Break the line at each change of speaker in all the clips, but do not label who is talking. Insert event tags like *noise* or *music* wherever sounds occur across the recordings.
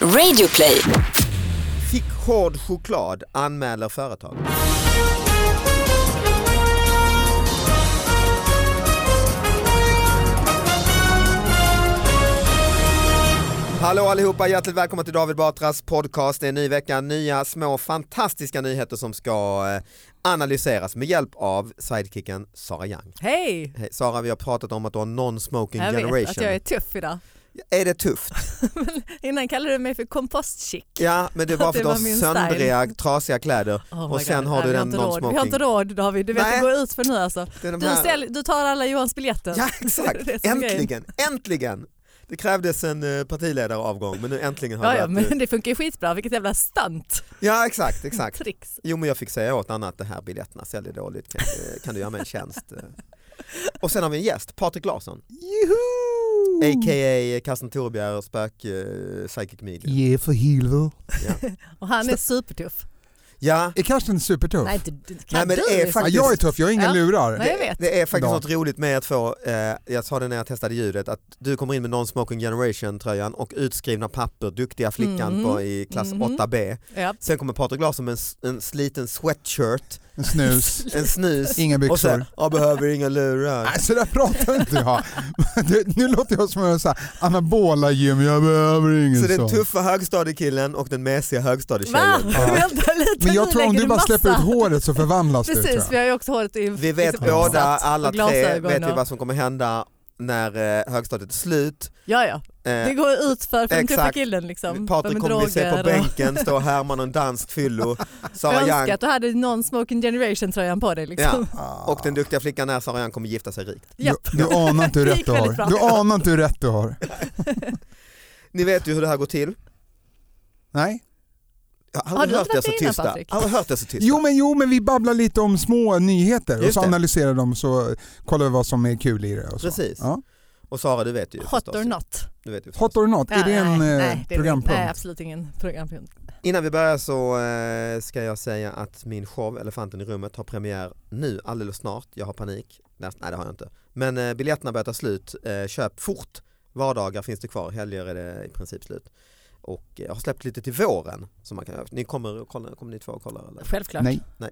Radioplay.
Fick hård choklad anmäler företag. Hallå allihopa, hjärtligt välkomna till David Batras podcast. Det är en ny vecka, nya små fantastiska nyheter som ska eh, analyseras med hjälp av sidekicken Sara Young.
Hej!
Hej, Sara, vi har pratat om att du har non-smoking
Jag
generation.
vet att jag är tuff idag.
är... det tufft?
Innan kallade du mig för kompostchick.
Ja, men det är bara
Att
för
det
att
var
du har
min
söndriga, trasiga kläder
Oh my
och sen
God.
har
Nej,
du
vi
den
inte råd. Vi har inte
non-smoking.
råd David, du vet
Nej.
det går ut för nu alltså.
Det är de
Du,
här-
sälj, du tar alla Johans biljetter.
Ja
*laughs* Det är
exakt,
som grejen.
äntligen, äntligen. Det krävdes en eh, partiledaravgång men nu äntligen har
Ja,
det
ja,
varit, eh,
men det funkar ju skitbra, vilket jävla stunt.
ja exakt,
*laughs*
exakt.
Tricks.
Jo men jag fick säga åt Anna att det här biljetterna säljer dåligt, kan, eh, kan du göra mig en tjänst? eh? Och sen har vi en gäst, Patrik Larsson,
Mm.
a.k.a. eh, Karsten Torebjer och Spök eh, Psychic Media.
Ja, för helvete.
Och han är supertuff.
Ja,
Är Karsten supertuff?
Nej,
Nej,
inte, kan
Nej, men det är
du? liksom-
faktiskt-
jag är tuff, jag är ingen
Ja.
lurar.
Nej, jag vet.
Det är faktiskt
Ja.
något roligt med att få, eh, jag sa det när jag testade ljudet, att du kommer in med Non-Smoking Generation tröjan och utskrivna papper, duktiga flickan
Mhm.
på, i klass
Mhm.
8B.
Ja.
Sen kommer Patrik Larsson med en, s- en sliten sweatshirt,
*laughs*
En snus,
en
*laughs*
snus
inga
och så
byxor.
jag behöver inga lurar.
Nej, så där pratar inte jag. *laughs* Du, nu låter jag som en sån här anabola-gym, jag behöver ingen
Så den
sån.
tuffa högstadiekillen och den mesiga
Va?
högstadietjejen.
*laughs* Vänta lite,
Men jag
nu
tror om
lägger
du bara
massa.
släpper ut håret så förvandlas du tror
Precis, vi
jag.
har ju också håret
*laughs*
i
Vi vet
liksom
båda,
uppsatt
alla
och
tre,
glasögon
vet vi
och-
vad som kommer hända när eh, högstadiet är slut.
Ja, ja.
Eh,
Det går ut för den tuffa
Exakt.
killen liksom.
Patrik
Med
kommer vi se på
droger och-
bänken, stå och härma någon dansk
*laughs*
fyllo. Sara
Jag
Young
önskar att du hade non-smoking generation tröjan på dig. Liksom.
Ja. Ah. Och den duktiga flickan är Sarajan kommer gifta sig rikt.
Du,
Japp.
du anar inte
*laughs*
hur
Det
rätt
gick
du
väldigt bra.
har. Du anar inte hur rätt du har.
Ni vet ju hur det här går till.
Nej?
Jag har
Har
aldrig
du
hört
inte
er
varit
så
med innan,
tysta.
Patrik?
Jag har aldrig hört er så tysta.
Jo men, jo men vi babblar lite om små nyheter och
Just
så
det.
analyserar de så kollar vi vad som är kul i det. Och så.
Precis.
Ja.
Och Sara du vet ju
Hot
förstås.
or not.
Du vet ju förstås.
Hot or not, är det en
nej,
eh,
nej, det är-
programpunkt?
Nej, absolut ingen programpunkt.
Innan vi börjar så eh, ska jag säga att min show Elefanten i rummet har premiär nu alldeles snart. Jag har panik. Nej nej, det har jag inte. Men eh, biljetterna börjar ta slut. Eh, köp fort. Vardagar finns det kvar. Helger är det i princip slut. Och eh, jag har släppt lite till våren. Som man kan, ni kommer, och kollar, kommer ni två och kollar? Eller?
Självklart.
Nej.
*laughs*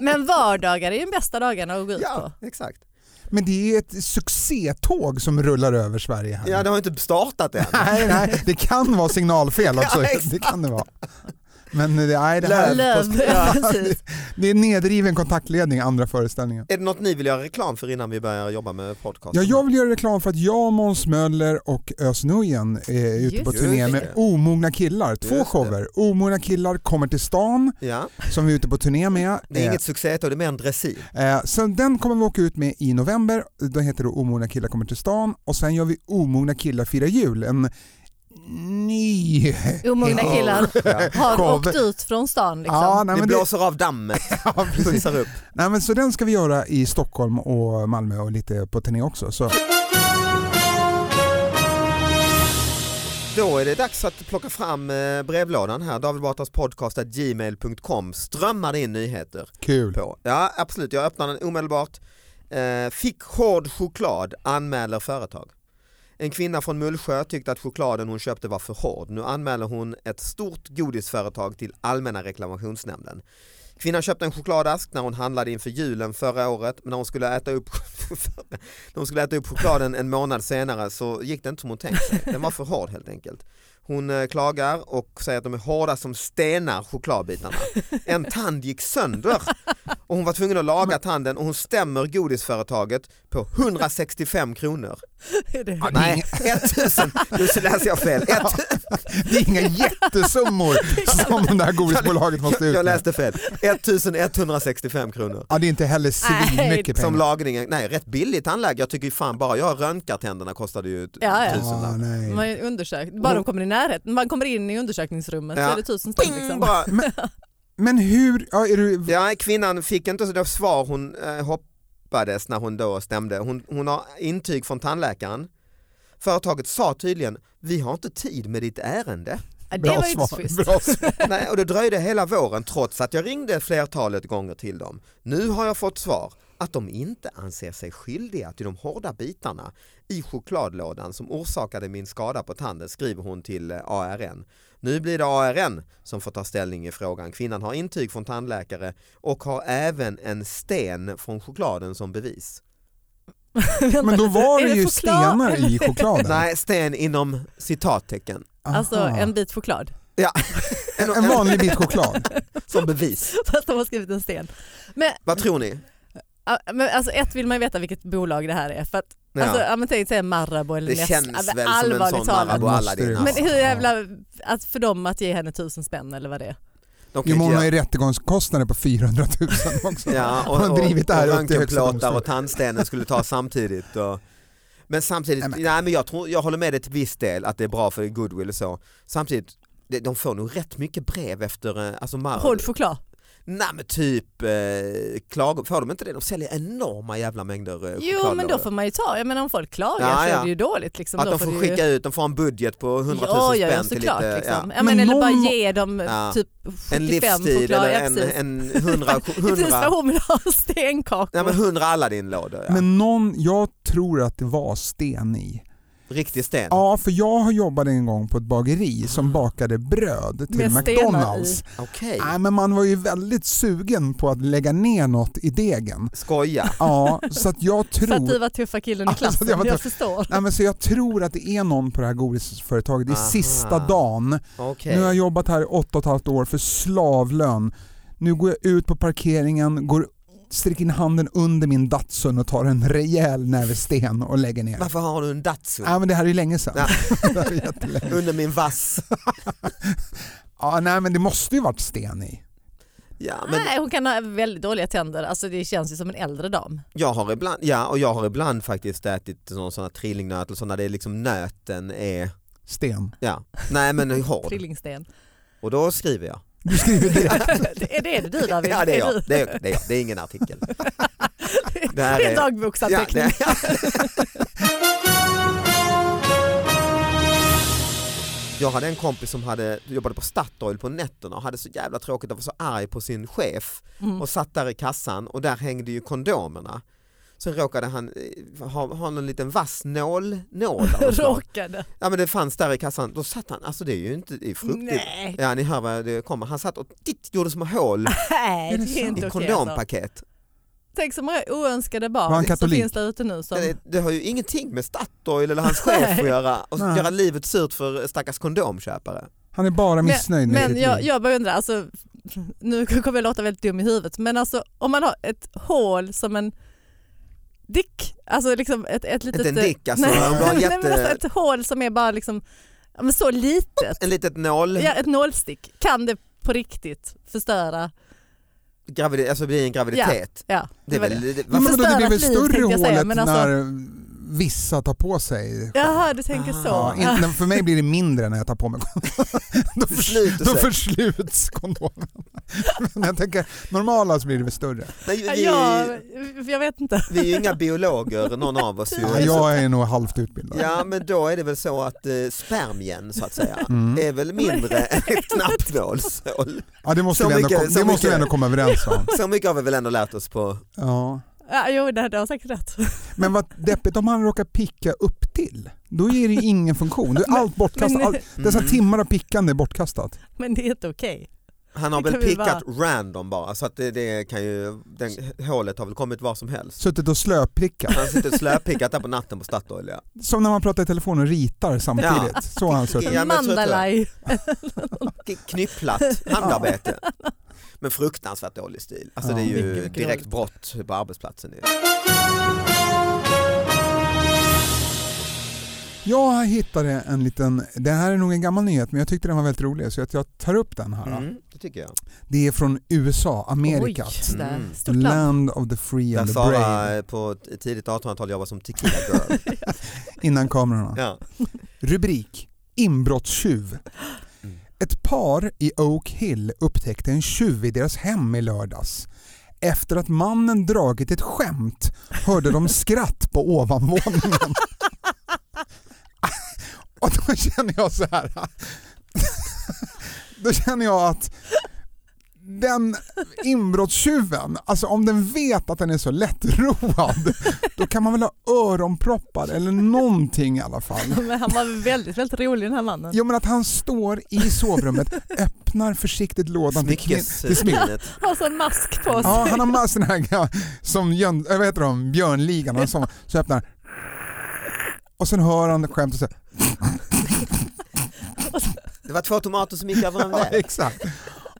Men vardagar är ju de bästa dagarna att gå ut på.
Ja, exakt.
Men det är ett succétåg som rullar över Sverige här.
Ja, det har ju inte startat än.
*laughs* Nej, nej, det kan
*laughs*
vara signalfel också.
Ja, exakt.
det kan det vara. Men eh, nej, det,
Löv.
här,
*laughs* Ja, precis.
det är nedriven kontaktledning andra föreställningen.
Är det något ni vill göra reklam för innan vi börjar jobba med podcast?
Ja, jag vill göra reklam för att jag, Måns Möller och Özz Nujen är ute
Just
på
det.
turné med Omogna killar. Två
Just det.
shower. Omogna killar kommer till stan
Ja,
som vi är ute på turné med.
det är
Eh,
inget succétåg, det är mer en dressin.
Eh, så den kommer vi åka ut med i november. Den heter då Omogna killar kommer till stan och sen gör vi Omogna killar firar jul. En ny...
Omogna
Ja.
killar har
Show.
åkt ut från stan. Liksom.
Ja, nej,
det
men det,
blåser av dammet,
*laughs* ja, precis.
susar upp.
Nej, men så den ska vi göra i Stockholm och Malmö och lite på turné också. Så.
Då är det dags att plocka fram eh, brevlådan här, David Batras podcast at gmail.com. Strömmar det in nyheter
Kul.
på. Ja, absolut, jag öppnar den omedelbart. Eh, Fick hård choklad, anmäler företag. En kvinna från Mullsjö tyckte att chokladen hon köpte var för hård. Nu anmäler hon ett stort godisföretag till Allmänna reklamationsnämnden. Kvinnan köpte en chokladask när hon handlade inför julen förra året men när hon skulle äta upp, *laughs* när hon skulle äta upp chokladen en månad senare så gick det inte som hon tänkt sig. Den var för hård helt enkelt. Hon eh, klagar och säger att de är hårda som stenar chokladbitarna. En tand gick sönder och hon var tvungen att laga tanden och hon stämmer godisföretaget på 165 kronor.
Är *laughs* det-
Ja, det, är
Nej,
inga,
1000, nu så läser jag
*laughs*
fel. Ett,
det är *laughs* inga jättesummor som det här godisbolaget måste ut
jag
med.
läste fel. 1165 kronor.
Ja, det är inte heller
Nej,
svinmycket
Som
pengar.
lagningen, nej rätt billig tandläkare. Jag tycker ju fan bara jag röntgar tänderna kostade ju ett
Ja, ja.
tusen
Ah,
där.
nej.
Man är undersökt. Bara de kommer i närheten. Man kommer in i undersökningsrummet
Ja.
så är det tusen spänn. Liksom.
Bara,
Men hur, ja, är du,
ja, kvinnan fick inte så det svar hon eh, hoppades när hon då stämde. Hon, hon har intyg från tandläkaren. Företaget sa tydligen, vi har inte tid med ditt ärende.
Ja, det
bra
var ju inte så schysst.
svar.
*laughs*
Bra svar.
Nej, och det dröjde hela våren trots att jag ringde flertalet gånger till dem. Nu har jag fått svar. att de inte anser sig skyldiga till de hårda bitarna i chokladlådan som orsakade min skada på tanden skriver hon till eh, ARN. Nu blir det ARN som får ta ställning i frågan. Kvinnan har intyg från tandläkare och har även en sten från chokladen som bevis.
*laughs*
Men då var
Är
det ju
choklad?
stenar i chokladen.
Nej, sten inom citattecken.
Aha.
Alltså en bit choklad. *laughs*
Ja,
En-
*laughs*
en vanlig bit choklad.
som bevis.
Fast de har skrivit en sten.
Vad tror ni?
Ja, Men alltså ett vill man ju veta vilket bolag det här är. För att,
Ja.
alltså, ja, men tänk säga Marabou eller
det
Nestlé.
känns
Ja, men
väl som en sån
allvarligt talat.
Marabou.
Marabou Aladdin.
Måste det-
Men
Alltså.
hur jävla, att för dem att ge henne tusen spänn eller vad det är.
De kan ju
Jo, men hon
inte
har ju rättegångskostnader på 400 000
*laughs*
också.
Ja,
Hon *laughs* har
och, och,
drivit det här
och
upp till högsta
röntgenplåtar och
domstolen.
tandstenen skulle ta samtidigt. Och, men samtidigt,
Nej,
nej, men. jag, tror, jag håller med dig till viss del att det är bra för goodwill och så. Samtidigt, det- de får nog rätt mycket brev efter, eh, alltså Mar-
Hård choklad.
nej, men typ eh, klagor, får de inte det? De säljer enorma jävla mängder eh,
Jo
chokladlådor.
men då får man ju ta, jag menar om folk klagar
Ja,
så
ja.
är det ju dåligt. Liksom.
Att
Då
de får
det
skicka ut, de får en budget på 100 000
ja,
spänn
ja, ja,
till
såklart,
lite,
liksom.
ja,
ja.
Men
men, eller
någon-
bara ge dem
Ja.
typ
en
75
livsstil
choklad.
eller
ja,
en,
precis.
en
*laughs*
100,
Precis vad
100,
hon vill *laughs* ha, stenkakor.
ja, men 100 Aladdin-lådor. Ja.
Men någon, jag tror att det var sten i.
Riktig sten.
Ja, för jag har jobbat en gång på ett bageri som bakade bröd till
Med stenar
McDonalds.
i.
Okej,
Nej, men man var ju väldigt sugen på att lägga ner något i degen.
skoja.
Ja, så att jag
*laughs* För att du
tror...
var tuffa killen i
Alltså,
klassen,
jag
jag,
var
förstår.
Nej, men så jag tror att det är någon på det här godisföretaget. Det är
Aha.
sista dagen.
Okej.
Nu har jag jobbat här i åtta och ett halvt år för slavlön. Nu går jag ut på parkeringen, går, sträcker in handen under min Datsun och tar en rejäl näve sten och lägger ner.
Varför har du en Datsun?
Ja, men det här är ju länge sedan.
Ja.
*laughs* det här är jättelänge.
Under min vass.
ja, nej, men det måste ju varit sten i.
Ja, men
Nej, hon kan ha väldigt dåliga tänder, alltså, det känns ju som en äldre dam.
jag har ibland, ja, och jag har ibland faktiskt ätit sån- såna trillingnöt eller såna där det är liksom nöten är,
Sten.
ja, nej men är hård. *laughs*
Trillingsten.
Och då skriver jag.
Du skriver direkt.
*laughs* Det är det du David?
Ja det är
du?
jag, det är, det är, jag. Det är ingen artikel.
*laughs*
Det här
Det är en
är- Ja, *laughs*
dagboksanteckning.
det, jag hade en kompis som hade, jobbade på Statoil på nätterna och hade så jävla tråkigt och var så arg på sin chef
Mm.
och satt där i kassan och där hängde ju kondomerna. Sen råkade han eh, ha, ha någon liten vass nål. nål
*laughs*
av något slag.
Råkade.
ja, men det fanns där i kassan. Då satt han, alltså det är ju inte det är fruktigt. *laughs*
Nej,
Ja ni hör vad det kommer. Han satt och titt, gjorde små
*laughs*
hål
Nej,
Är
det
det
är
sant?
i
inte okej. alltså.
kondompaket.
Tänk så många oönskade
Var
barn
han
som
katolik?
finns där ute nu. Som...
Det, det har ju ingenting med Statoil eller hans chef att
*laughs* Nej.
göra. Och
Nej.
göra livet surt för stackars kondomköpare.
Han är bara missnöjd med
Men
sitt
jag,
liv.
jag bara undrar, alltså, nu kommer jag låta väldigt dum i huvudet, men alltså, om man har ett hål som en dick, alltså liksom ett, ett litet...
Inte en dick alltså.
Nej,
Om du har
nej, men alltså
jätte,
ett hål som är bara liksom, ja, men så litet,
en litet nål,
ja, ett nålstick, kan det på riktigt förstöra?
gravid, alltså blir en graviditet.
Ja,
Det är
var
väl, det,
*laughs*
Ja, men då det blir väl
förstörat liv,
större
tänkte jag säga,
hålet
men alltså-
när vissa tar på sig.
Jaha, du tänker
Ah,
så.
Ja,
Ja.
inte, för mig blir det mindre när jag tar på mig då,
det
förs,
sluter
då
sig.
försluts kondomen. Men jag tänker, normala så blir det väl större.
Nej,
*laughs* Ja,
vi-
jag, jag vet inte.
Vi är ju inga biologer någon av oss. Ju.
Ja, jag är nog halvt utbildad.
Ja men då är det väl så att eh, spermien så att säga
Mm.
är väl
*laughs*
mindre än ett knappnålshål.
Ja, det måste,
Så
vi, ändå,
mycket-
kom-
så
det måste vi
mycket.
ändå komma överens om.
Så mycket har vi väl ändå lärt oss på.
Ja.
Ja, jo, det det har säkert rätt.
Men vad deppigt om han råkar picka upp till. Då ger det ju ingen funktion. Då är allt bortkastat.
men-
All, dessa
Mm.
timmar av pickande är bortkastat.
Men det är inte okej.
Han har
Det
väl
kan vi
pickat random bara så att det, det kan ju, den, hålet har väl kommit var som helst.
Suttit och slöprickat.
Han sitter och slöpickat där på natten på Statoil. Ja.
Som när man pratar i telefon och ritar samtidigt.
Ja.
Så har han suttit.
Ja, men jag tror inte det.
Mandalay.
K-
*laughs*
Knypplat handarbete. Men fruktansvärt dålig stil. Alltså
Ja.
det är
Mycket,
ju
mycket
direkt
dåligt.
brott på arbetsplatsen. ju.
Jag hittade en liten, det här är nog en gammal nyhet men jag tyckte den var väldigt rolig så att jag tar upp den här.
Mm, det tycker jag.
Det är från USA, Amerika.
Oj, just det.
Mm.
Stort land.
Land of the free
Där
and the brave.
Sara på t- tidigt 1800-tal jobbade som tequila
*laughs*
girl.
Innan kamerorna.
Ja.
Rubrik Inbrottstjuv.
Mm.
Ett par i Oak Hill upptäckte en tjuv i deras hem i lördags. Efter att mannen dragit ett skämt hörde de skratt på ovanvåningen. *laughs* Och då *laughs* känner jag så här. Då känner jag att den inbrottstjuven, alltså om den vet att den är så lättroad, då kan man väl ha öronproppar eller någonting i alla fall.
*laughs* Men han var väldigt, väldigt rolig den här mannen.
Jo men att han står
*laughs*
i sovrummet, öppnar försiktigt lådan till kvin- till smink-
Smyckessvinet.
Har så en mask på sig.
Ja, han har med sån här ja, som Jön, äh, vad heter de, Björnligan och så, så öppnar han. och sen hör han skämt och så
Det var två tomater som gick över en
*laughs* ja,
väg.
exakt.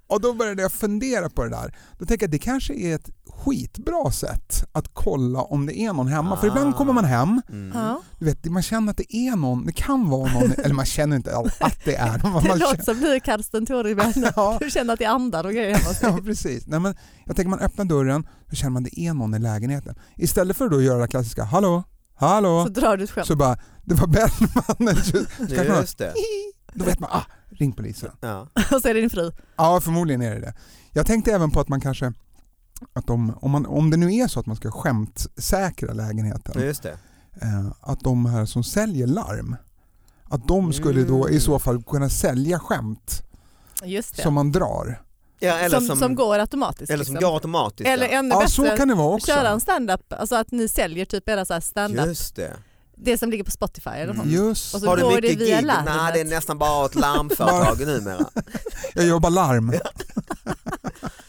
Och då började jag fundera på det där. Då tänker jag att det kanske är ett skitbra sätt att kolla om det är någon hemma. För ibland
Ah.
kommer man hem,
Mm.
Ja,
du vet, man känner att det är någon, det kan vara någon, eller man känner inte att det är någon.
*laughs*
men
det
Man
låter som du Karsten Torgby.
känner, ja,
*laughs* Du känner att det andar och grejer hemma hos dig.
Ja, precis. Nej, men jag tänker man öppnar dörren så känner man det är någon i lägenheten. Istället för att då göra det klassiska ”Hallå? Hallå?”
Så drar du ett
så,
skämt.
bara ”Det var Bellman”. kanske man-
Just det.
då vet man ah, ”Ring polisen”.
Ja.
Och så är det din fru.
Ja, förmodligen är det det. Jag tänkte även på att man kanske att om, om, man, om det nu är så att man ska skämtsäkra lägenheten,
Ja, just det.
Mm.
eh, att de här som säljer larm, att de skulle då i
Mm.
så fall kunna sälja skämt
Just det.
som man drar.
Ja, eller
som, som, går automatiskt.
eller som
liksom.
går automatiskt.
eller
ja.
ännu
Ja, så
bättre,
kan det vara också.
köra en stand-up. Alltså att ni säljer typ era så här stand-up.
Just det.
Det som ligger på Spotify eller något.
Just
Och så
Har du
går det
mycket
via
gig?
larmet.
Nej, det är nästan bara ett
*laughs*
larmföretag numera.
Jag jobbar larm.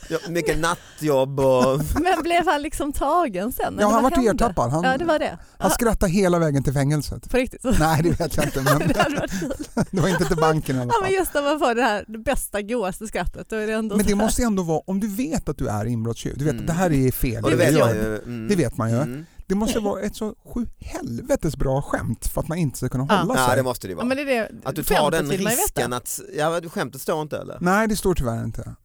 Ja, Mycket nattjobb och...
Men blev han liksom tagen sen?
Ja,
eller vad
han vart ju
hände?
ertappad. Han,
Ja, det var det.
han skrattade hela vägen
*laughs*
till fängelset.
På riktigt.
Nej, det vet jag inte. Men
*laughs* det hade varit kul.
*laughs* det var inte till banken i alla
Ja, men
fall.
just när man får det här det bästa, godaste skrattet. Då är det ändå
Men det
så här-
måste ändå vara, om du vet att du är inbrottstjuv, du vet
Mm.
att det här är fel.
Och det
det
vet
gör
man
jag.
ju. Mm.
Det vet man ju.
Mm.
Det måste vara ett så sju helvetes bra skämt för att man inte ska kunna
Ja.
hålla
Ja,
sig.
det måste det
Ja,
vara.
men det är det.
Att du tar
Skämtet
den
vill man ju veta.
risken att... Ja, du skämtet står inte eller?
Nej, det står tyvärr inte.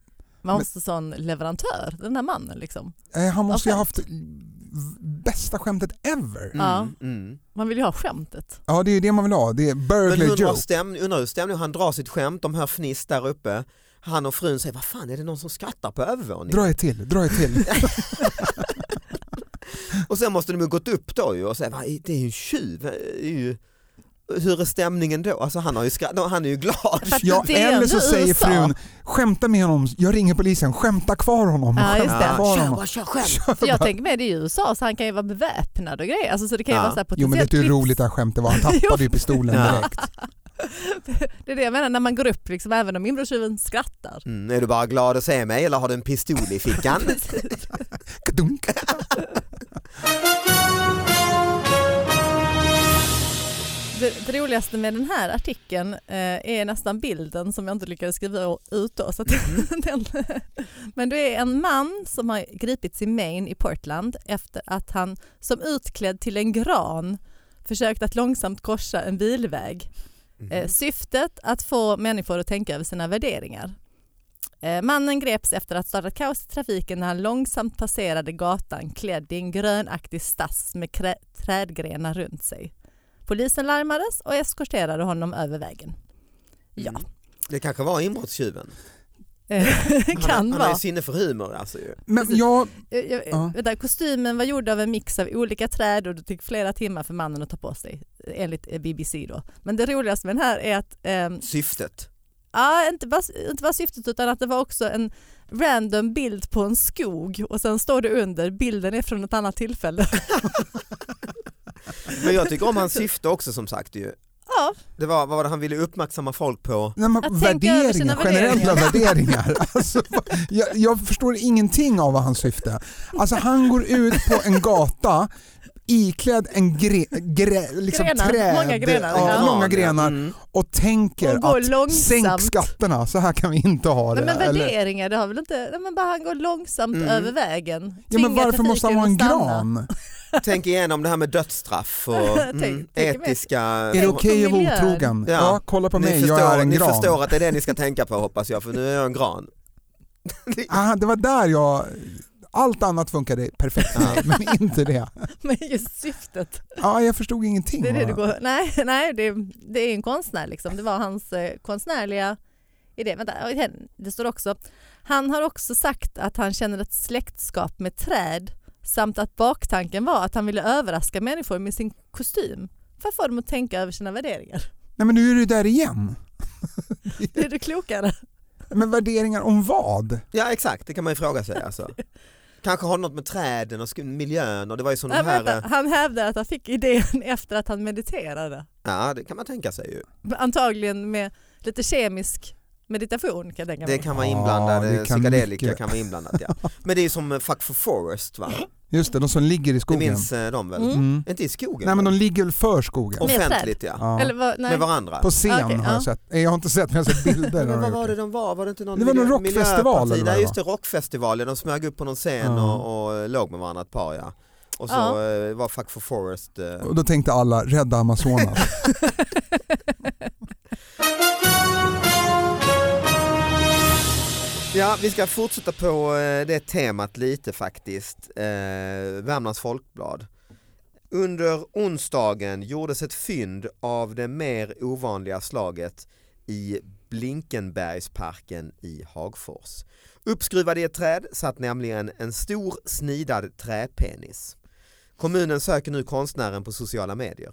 Man måste sån leverantör, den här mannen liksom.
Eh, Han måste ju ha
Ja,
haft bästa skämtet ever.
Mm.
Ja.
Mm.
Man vill ju ha
*laughs*
skämtet.
Ja, det är ju det man vill ha. Det är
Men
Burgley
hur undrar
Joe.
stäm, undrar hur stämningen, han drar sitt skämt, de hör fniss där uppe. Han och frun säger, vad fan är det någon som skrattar på övervåningen?
Dra ett till, dra ett
*laughs*
till.
Och sen måste de ju gått upp då ju och säga, "Va, det är ju en tjuv. eh, det är ju- Hur är stämningen då? Alltså han, har ju skratt, han är ju glad.
Fast
*laughs* Ja,
det är
eller så
ändå
säger
USA.
frun, skämta med honom, jag ringer polisen, skämta kvar honom.
Ja, just
skämta
det.
kvar
Kör
honom.
bara, kör själv.
För jag tänker med det är ju USA så han kan ju vara beväpnad och grejer. Alltså, så det kan ju
Ja.
vara så här
Jo men vet
potentiellt
du hur
tips.
roligt det här skämtet *laughs* var? Han tappade ju pistolen
Ja.
direkt.
Det är det jag menar, när man går upp liksom, även om inbrottstjuven skrattar.
Mm, är du bara glad att se mig eller har du en pistol i
*laughs*
fickan?
Kadunk.
Det, det roligaste med den här artikeln eh, är nästan bilden som jag inte lyckades skriva ut då. Så att *laughs* den, men det är en man som har gripits i Maine i Portland efter att han som utklädd till en gran försökt att långsamt korsa en bilväg. Eh, syftet att få människor att tänka över sina värderingar. Eh, mannen greps efter att ha startat kaos i trafiken när han långsamt passerade gatan klädd i en grönaktig stass med krä- trädgrenar runt sig. Polisen larmades och eskorterade honom över
*laughs*
vägen. Ja,
Mm. Det kanske var inbrottstjuven.
eh, *laughs* kan
han, han har
vara.
ju sinne för humor alltså. ju.
Men jag,
Eh, jag-
Ja.
vänta, kostymen var gjord av en mix av olika träd och det tog flera timmar för mannen att ta på sig, enligt eh, BBC då. Men det roligaste med den här är att ehm,
Syftet.
Ja, inte bara, inte bara syftet utan att det var också en random bild på en skog och sen står det under, bilden är från ett annat tillfälle. *laughs*
Men jag tycker om hans syfte också som sagt. Ju.
Ja,
Det var vad var det han ville uppmärksamma folk på.
när man,
Att tänka över sina
värderingar, generella
värderingar. *laughs*
värderingar. Alltså, jag, jag förstår ingenting av vad hans syfte Alltså han går ut på en gata iklädd en gre, gre, liksom
Grenar,
träd,
många grenar,
ja,
ja.
långa grenar
Mm.
och tänker
Och går
att
långsamt.
sänk skatterna, så här kan vi inte ha det.
nej, men
eller-
värderingar det har väl inte, nej, men bara han går långsamt
Mm.
över vägen.
ja, men
tvingar
varför måste han
trafiken
ha en
att stanna.
gran?
Tänk igenom det här med dödsstraff och
*laughs* Tänk-
mm,
tänk med-
etiska...
Är det
Tänk
okej
på
att vara
miljön.
otrogen?
Ja.
Ja. kolla på
ni
mig,
förstår,
jag är en
ni
gran.
förstår att det är det ni ska tänka på hoppas jag för nu är jag en gran.
Ah, det var där jag... Allt annat funkade perfekt för mig, *laughs* men inte det.
*laughs* Men just syftet,
Ja, jag förstod ingenting.
det är det
va?
du går, nej, nej det, det är en konstnär liksom, det var hans eh, konstnärliga idé. Vänta, oj, det står också, han har också sagt att han känner ett släktskap med träd samt att baktanken var att han ville överraska människor med sin kostym för att få dem att *laughs* tänka över sina värderingar.
Nej men nu är du där igen.
Det är det klokare.
Men värderingar om vad?
Ja exakt, det kan man ju fråga sig
*laughs*
alltså. Kanske har något med träden och sk- miljön och det var ju som
Nej,
de här...
vänta.
eh,
Han hävdar att han fick idén *laughs* efter att han mediterade.
Ja det kan man tänka sig ju.
Antagligen med lite kemisk meditation kan jag tänka
Det
mig.
kan vara
Ja,
inblandat,
det
eh,
kan
psykedelika
mycket.
kan vara inblandat ja.
*laughs*
Men det är ju som eh, Fuck for Forest va?
Just det, de som ligger i
Det
skogen.
minns eh, de väl?
Mm.
Mm.
Inte i skogen?
Nej men de
väl?
ligger väl för skogen?
Med träd.
Offentligt ja.
Ja.
Eller vad, nej.
Med varandra.
På scen
Okej,
har
ja.
jag sett. Nej, Jag har inte sett men jag har sett
*laughs*
bilder. när
Men
de
vad
har
var
gjort
det de var? Var det inte någon
Det var någon
miljö-
rockfestival eller
miljöparti?
vad det
Nej just det, rockfestival. Ja, de smög upp på någon scen
Ja.
och, och låg med varandra ett par ja. Och så
Ja.
eh, var Fuck for Forest. eh,
Och då tänkte alla, rädda Amazonas.
Ja, vi ska fortsätta på eh, det temat lite faktiskt. Eh, Värmlands Folkblad. Under onsdagen gjordes ett fynd av det mer ovanliga slaget i Blinkenbergsparken i Hagfors. Uppskruvad i ett träd satt nämligen en stor snidad träpenis. Kommunen söker nu konstnären på sociala medier.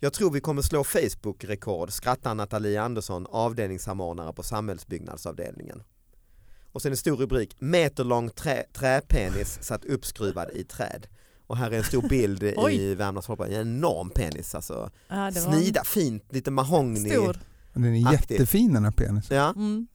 Jag tror vi kommer slå Facebook-rekord, skrattar Nathalie Andersson, avdelningssamordnare på samhällsbyggnadsavdelningen. Och sen en stor rubrik, meterlång trä, träpenis satt uppskruvad i träd. Och här är en stor bild i
*laughs* Oj.
Värmlands Folkblad, en enorm penis alltså.
Ja, det var
Snida, fint, lite mahogny.
stor.
Den är
Aktiv.
jättefin den här penisen.
Ja.
Mm.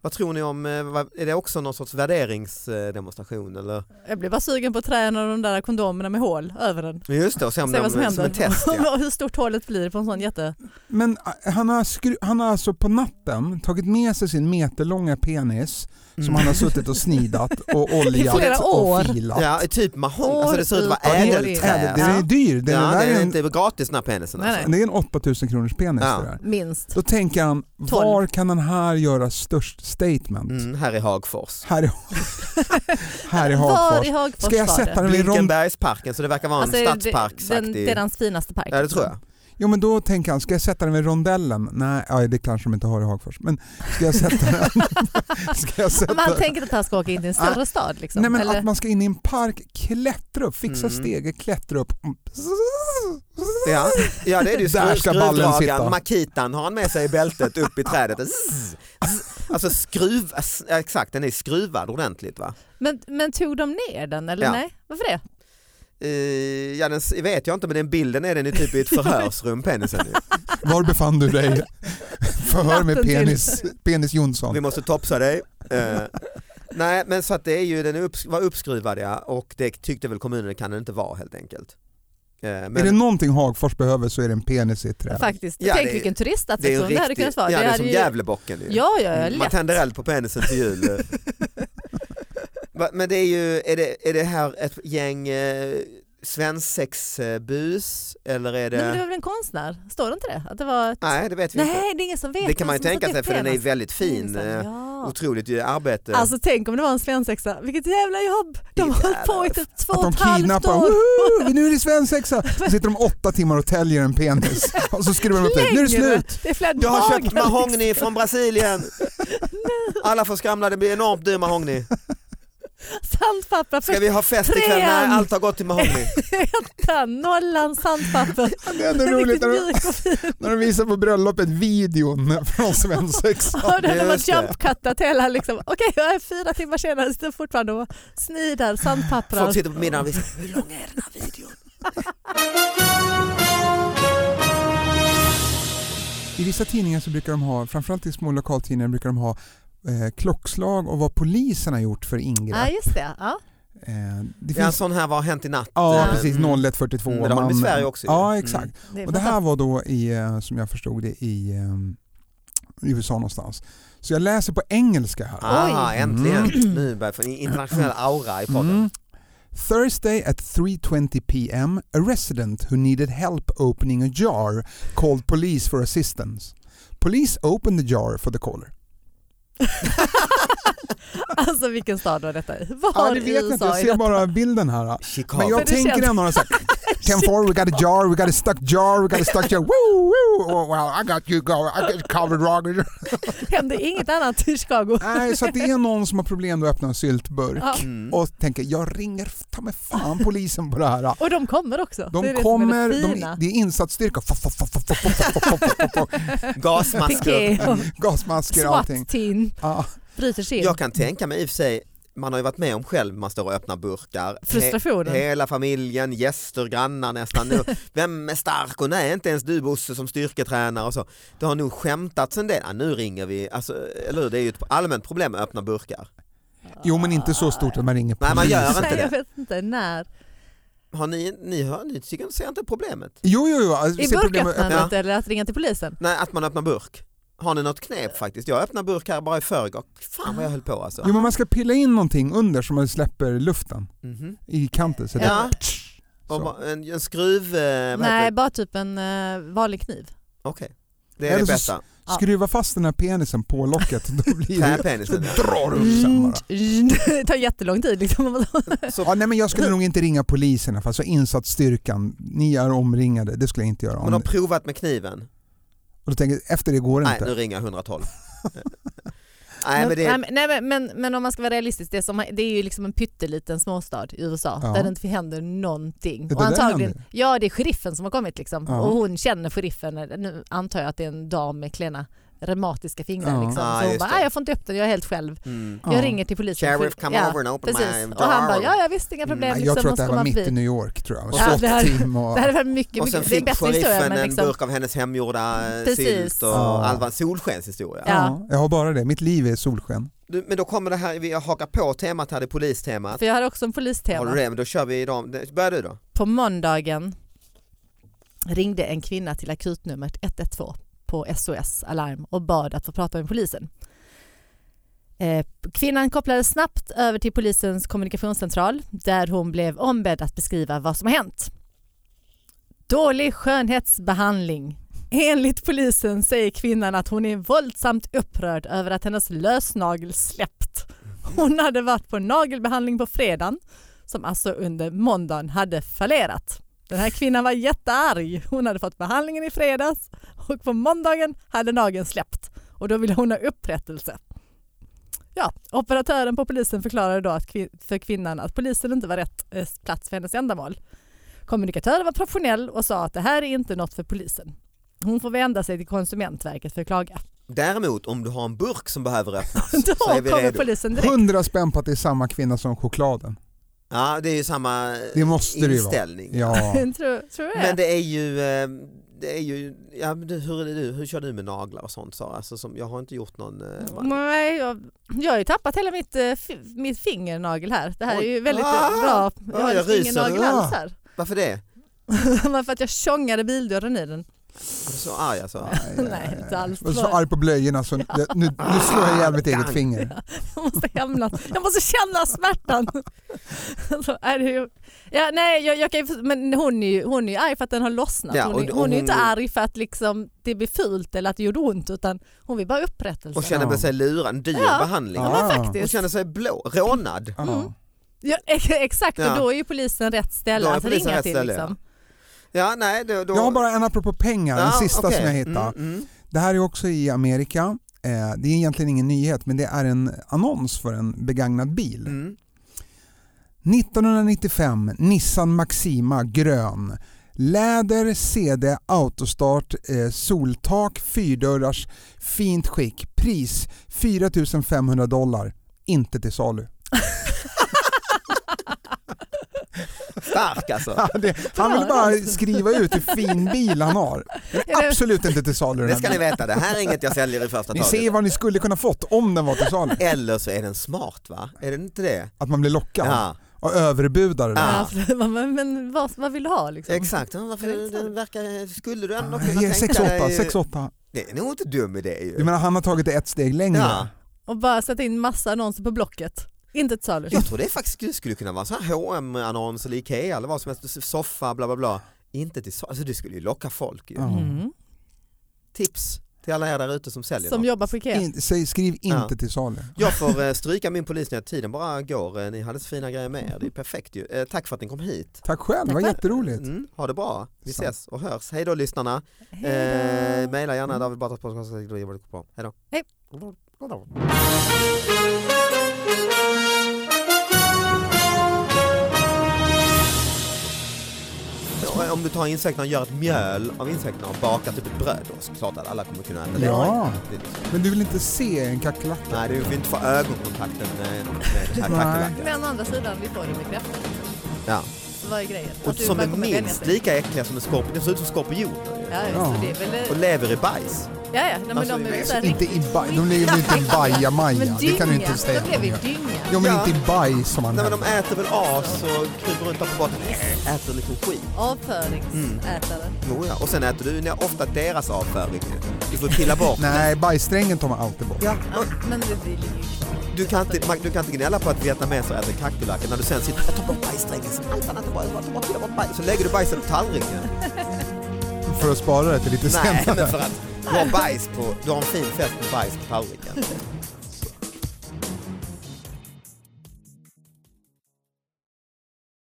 Vad tror ni om, eh, vad- är det också någon sorts värderingsdemonstration eller?
Jag blev bara sugen på att träna de där kondomerna med hål över den.
Men Just det, och se om
Se
de,
vad som
som,
händer.
en test.
*laughs*
Ja.
Och hur stort hålet blir på en sån jätte...
Men eh, han har, skru- han har alltså på natten tagit med sig sin meterlånga penis som
Mm.
han har suttit och snidat *laughs* och oljat
flera år.
och filat.
Ja, typ mahogny,
År
alltså det ser ut att
ut
vara
och in.
ädelträ.
Äh, Den är
Ja,
dyr. Den
den
där är
är
en,
inte gratis den här penisen
Nej,
alltså.
det är en 8000 kronors penis
Ja.
det där.
Minst.
Då tänker han, var kan han här göra störst statement?
Mm, här i Hagfors. *laughs*
Här i, här i
Var
Hagfors.
i Hagfors
Ska jag
var det?
sätta den vid rond...
Blinkenbergsparken, så det verkar vara en
Alltså, det- den,
stadsparksaktig...
det är hans finaste park.
Ja det
*laughs*
tror jag.
Jo men då tänker han, ska jag sätta den vid rondellen? Nej, ja, det kanske de inte har i Hagfors. Men ska jag sätta
*laughs*
den... ska jag sätta...
Men han tänker att han ska åka in till en större stad liksom.
Nej men
Eller,
att man ska in i en park, klättra upp, fixa
Mm.
steget, klättra upp.
Ja, ja det är det ju.
*laughs* Där
Skru-
ska ballen
skruvdragaren,
sitta.
Makitan har han med sig i bältet upp i trädet. Zzz, zzz. Alltså skruv, s- exakt den är skruvad ordentligt va?
men, men tog de ner den eller
Ja.
nej? Varför det?
Eh, ja den s- vet jag inte men den bilden är den ju typ i
*laughs*
ett förhörsrum penisen. ju.
Var befann du dig? *laughs* Förhör med
Natten till.
penis, penis Jonsson.
Vi måste topsa dig. Eh, nej men så att det är ju, den är upps- var uppskruvad ja och det tyckte väl kommunen det kan den inte vara helt enkelt. Eh, men
Är det någonting Hagfors behöver så är det en penis i ett träd.
Faktiskt.
Ja,
Tänk
det är-
vilken
det är
turistattraktion
en
det, hade
riktig,
kunnat
ja
vara.
det är
hade
som Mm,
ju-
Gävlebocken ju.
Ja, ja, ja,
Man
lätt.
tänder eld på penisen till
*laughs*
jul. Va, Men det är ju, är det, är det här ett gäng eh, svensexbus eller är det?
Nej, men det var väl en konstnär? Står det inte det? Att det var ett...
Nej det vet vi inte.
Nej, det är ingen som vet.
Det kan man ju
vem som
tänka
satt
sig
dit
för den är ju
penast.
väldigt fin.
Ingen som-
eh,
Ja.
Otroligt ju arbete.
Alltså tänk om det var en svensexa. Vilket jävla jobb. De har hållit på i typ två
Att
och
de
ett halvt
kidnappar,
år.
"Woho, nu är det svensexa! Så sitter de åtta timmar och täljer en penis och så skriver de upp det, nu är det
Längre.
slut!
Det är flera
jag har
dagar,
köpt
liksom.
mahogny från Brasilien. Alla får skramla, det blir enormt dyr mahogny.
Sandpapper,
Ska vi ha fest ikväll? Nej,
Trean.
allt har gått till
*laughs*
mahogny.
ettan, nollan, sandpapper.
*laughs* Det är ändå roligt när de,
mjuk och fin.
när de visar på bröllopet videon från svensexan.
Och den har man
Just det.
jumpcuttat hela liksom. Okej, jag är fyra timmar senare sitter fortfarande och snidar
Folk
sandpapper.
sitter på middagen och visar, hur lång är den här videon?
I vissa tidningar så brukar de ha, framförallt i små lokaltidningar brukar de ha eh, klockslag och vad polisen har gjort för ingrepp.
Ja, just det. Ja.
Eh, det
Ja, en
finns,
sån här, vad har hänt i natt?
ja,
Eh,
precis,
mm.
01.42.
Men det har de i
mannen.
Sverige också ju.
Ja,
Mm.
exakt.
Det är
Och det här var då i, eh, som jag förstod det, i eh, USA någonstans. Så jag läser på engelska här.
Ah,
Oj.
äntligen.
Mm.
Nu börjar jag få en internationell aura i podden.
Mm. Thursday at 3.20 p.m. a resident who needed help opening a jar called police for assistance. Police opened the jar for the caller.
Alltså vilken stad var detta i? Var
Ja, det
i
vet jag inte,
USA
jag
är
ser
det?
bara bilden här.
Chicago.
Men jag
det
tänker
känns-
ändå
*laughs*
någon såhär, 10 4, we got a jar, we got a stuck jar, we got a stuck jar, woo, woo, oh, well I got you go, I got you covered Roger.
Hände inget annat i Chicago.
Nej, så att det är någon som har problem med att öppna en syltburk
Ja.
Mm.
och tänker, jag ringer ta mig fan polisen på
*laughs*
det här.
Och de kommer också. det
De
är det
kommer,
som är det
de,
fina.
det är insatsstyrka. Fa, fa, fa, fa, fa, fa, fa, fa, fa, fa, fa.
Gasmasker.
Piqué och
Gasmasker och Mm, allting.
SWAT-team.
Ja.
bryter sig in.
Jag kan tänka mig i och för sig, man har ju varit med om själv, man står och öppnar burkar.
Frustrationen.
He- hela familjen, gäster, grannar nästan.
*laughs*
Nu, vem är stark och nej inte ens du Bosse som styrketränare och så. Det har nog skämtats en del, ah, nu ringer vi, alltså, eller hur? Det är ju ett allmänt problem att öppna burkar.
Jo men inte så stort att man ringer
Nej, man gör inte
Nej,
det.
jag vet inte när.
Har ni, ni, hör, ni tycker, ser inte problemet?
Jo, jo, jo. alltså,
I
ser problemet-
burköppnandet eller att ringa till polisen?
Nej, att man öppnar burk. Har ni något knep faktiskt? Jag öppnade burk här bara i förrgår. Fan vad jag höll på alltså.
Jo, men man ska pilla in någonting under så man släpper luften
Mhm.
i kanten. Så det-
Ja.
Ptsch.
Och
Så.
ba- en, en skruv... Eh, vad heter
Nej,
det?
bara typ en eh, vanlig kniv.
Okej, det är
Eller
det
så-
bästa.
Ja.
Skruva fast den här penisen på locket. Då blir det, så
Träpenisen.
drar du upp sen bara.
*laughs* Det tar jättelång tid. Liksom.
Så,
Ja, nej, men jag skulle nog inte ringa polisen i alla fall. Så insatsstyrkan, ni är omringade. Det skulle jag inte göra.
man
Om,
har
och
provat med kniven.
då tänker jag, efter det går det
Nej, nu
inte.
ringer jag 112.
*laughs*
Nej, men det
nej,
är...
men- nej, men, men, men om man ska vara realistisk, det är, som, det är ju liksom en pytteliten småstad i USA
Ja.
där det inte händer någonting.
Det
och
där
antagligen,
händer.
ja det är sheriffen som har kommit liksom.
Ja.
och hon känner sheriffen, nu antar jag att det är en dam med klena reumatiska fingrar.
Ja.
Liksom.
Ah,
Så hon
just
bara,
det.
"Ah, jag får inte upp den, jag är helt själv.
Mm.
Ja.
Jag ringer till polisen.
Sheriff come
ja,
over and open my Mm,
Precis,
door.
och han bara, ja, ja visst inga problem.
Nej,
liksom,
jag
och
tror att det här
så
var
kom
mitt
han
i
förbi.
New York tror jag.
Ja, det här-
SWAT-team och...
Det här var mycket,
Och sen
mycket, det är en
fick
bättre historia.
sheriffen
Men
en
liksom,
burk av hennes hemgjorda eh,
Precis.
sylt och
Ja.
Alva solskenshistoria.
Ja.
Ja, jag har bara det. Mitt liv är solsken.
Du, Men då kommer det här, vi hakar på temat här, det är polistemat.
för jag hade också en
Har du
polistema.
det? Men då kör vi idag. Börjar du då?
På måndagen ringde en kvinna till akutnumret 112 på SOS Alarm och bad att få prata med polisen. Eh, Kvinnan kopplades snabbt över till polisens kommunikationscentral där hon blev ombedd att beskriva vad som har hänt. Dålig skönhetsbehandling. Enligt polisen säger kvinnan att hon är våldsamt upprörd över att hennes lösnagel släppt. Hon hade varit på nagelbehandling på fredagen som alltså under måndagen hade fallerat. Den här kvinnan var jättearg. Hon hade fått behandlingen i fredags och på måndagen hade nageln släppt och då ville hon ha upprättelse. Ja, operatören på polisen förklarade då att kvin- för kvinnan att polisen inte var rätt eh, plats för hennes ändamål. Kommunikatören var professionell och sa att det här är inte något för polisen. Hon får vända sig till Konsumentverket för att klaga. *laughs*
Däremot om du har en burk som behöver öppnas så är
Då
vi
kommer
redo. *laughs*
polisen direkt.
Hundra spänn på att det är samma kvinna som chokladen.
Ja, det är ju samma
Det måste det ju vara.
inställning.
*laughs*
Ja.
tror, tror jag.
Men det är ju, eh, det är ju ja, men du, hur, är det du, hur kör du med naglar och sånt Sara? Alltså, som, jag har inte gjort någon... eh,
Mm.
va-
Nej, jag, jag har ju tappat hela mitt, eh, fi- mitt fingernagel här. Det här
Oj.
är ju väldigt eh,
Ah!
bra. Jag
jag
har ju
ryser.
fingernagel
Ah!
alls här. *laughs*
Varför det?
Bara för att jag tjongade bildörren i den.
Är du så arg alltså?
*laughs* Nej, inte alls.
Jag var så arg på blöjorna så nu, nu, nu slår jag ihjäl mitt eget finger.
Jag måste hämnas. Jag måste känna smärtan. *laughs* Så är det ju. Ja, nej, jag, jag kan ju, men hon är ju hon är ju arg för att den har lossnat.
Ja,
hon,
och-
är,
och
hon, är ju inte
hon-
arg för att liksom, det blir fult eller att det gjorde ont utan hon vill bara ha upprättelse.
Och känner sig lurad, en dyr
Ja.
behandling.
Ja, men
Ah.
Hon
faktiskt. Mm.
känner sig blå, rånad.
Ja.
Ja, *laughs* exakt,
Ja.
och då är ju polisen rätt ställe
Då är
att
polisen
ringa
rätt
till.
ställe,
liksom.
Ja, nej, då, då...
Jag har bara en apropå pengar, den
Ja,
sista
okej.
som jag hittade.
Mm, mm.
Det här är också i Amerika. Eh, Det är egentligen ingen nyhet men det är en annons för en begagnad bil.
Mm.
1995 Nissan Maxima grön. Läder, CD, autostart, eh, soltak, fyrdörrars, fint skick. Pris 4 500 dollar. Inte
*laughs*
till salu.
Stark
*laughs*
alltså.
Det, han vill bara skriva ut hur fin bil han har.
Ja, det-
Absolut inte till salu den
Det
här
ska ni
bilen.
veta, det här är inget jag säljer i första
Ni ser
taget.
vad ni skulle kunna fått om den var till salu.
Eller så är den smart va? Är den inte det?
Att man blir lockad och överbudar det. där.
Ja.
Ja. *laughs* men men vad, vad vill du ha liksom?
Exakt, ja, varför
Är det inte
den verkar, skulle du ändå kunna
Jag ger
tänka
6-8,
dig...
6-8.
Det är nog inte dum idé ju.
Du menar han har tagit det ett steg längre?
Ja.
Och bara sätta in massa annonser på Blocket. Inte till salu.
Jag tror det faktiskt skulle- skulle kunna vara så här hm annons eller Ikea eller vad som helst, soffa bla bla bla. Inte till så, alltså det skulle ju locka folk ju.
Ja.
Mm.
Tips till alla er där ute som säljer
Som
något.
jobbar på Ikea.
In, säg, skriv inte
Ja.
till salu.
Jag får eh, stryka min polis när tiden bara går. Eh, Ni hade så fina grejer med er, det är perfekt ju. Eh, Tack för att ni kom hit.
Tack själv, det var
Tack.
jätteroligt.
Mm, ha det bra, vi
Så.
ses och hörs. Hej då lyssnarna.
Hej då.
Eh, Maila gärna David Batras podcast. Hej då.
Hej.
Så, eh, Om du tar insekterna och gör ett mjöl av insekterna och bakar typ ett bröd då, så klart att alla kommer kunna äta det.
Ja.
Det är liksom-
Men du vill inte se en kackerlacka?
Nej, du får inte få ögonkontakten med, med den här kackerlackan.
Men å andra sidan, vi får det med kräftor.
Ja.
Så vad är grejen?
Och
Att du
som
bara
är
kommer vänja
minst
sig.
lika äckliga som en skorpion. De ser ut som skorpioner ju.
Ja, just
Ja.
det. Det är väl...
Och lever i bajs.
Ja, ja. Nej, men
Alltså,
de är
det är
väl
så
så här
Inte i baj, de lever ju
*laughs*
inte i bajamaja,
Men
det kan du
dynga.
inte säga.
De
att
lever
de
i
gör.
dynga.
Jo men
Ja.
inte i baj som man
Nej men
hävdar.
de äter väl as och kryper runt och på botten. Äter liksom skit.
Avföringsätare.
Jo, ja. Och sen äter du ofta deras avföring. Du får pilla bort.
Nej, bajssträngen tar man alltid bort.
Ja.
Ja, men det blir ju klart.
Du kan, inte, man- du kan inte gnälla på att vietnameser äter kackerlackor när du sen sitter och tar bort bajssträngen. Så allt annat är bra, jag tar bort- jag tar bort bajs. Så lägger du bajset på tallriken.
För att spara det till lite
Nej, men
senare.
för att du har bajs på, du har en fin fest med bajs på tallriken.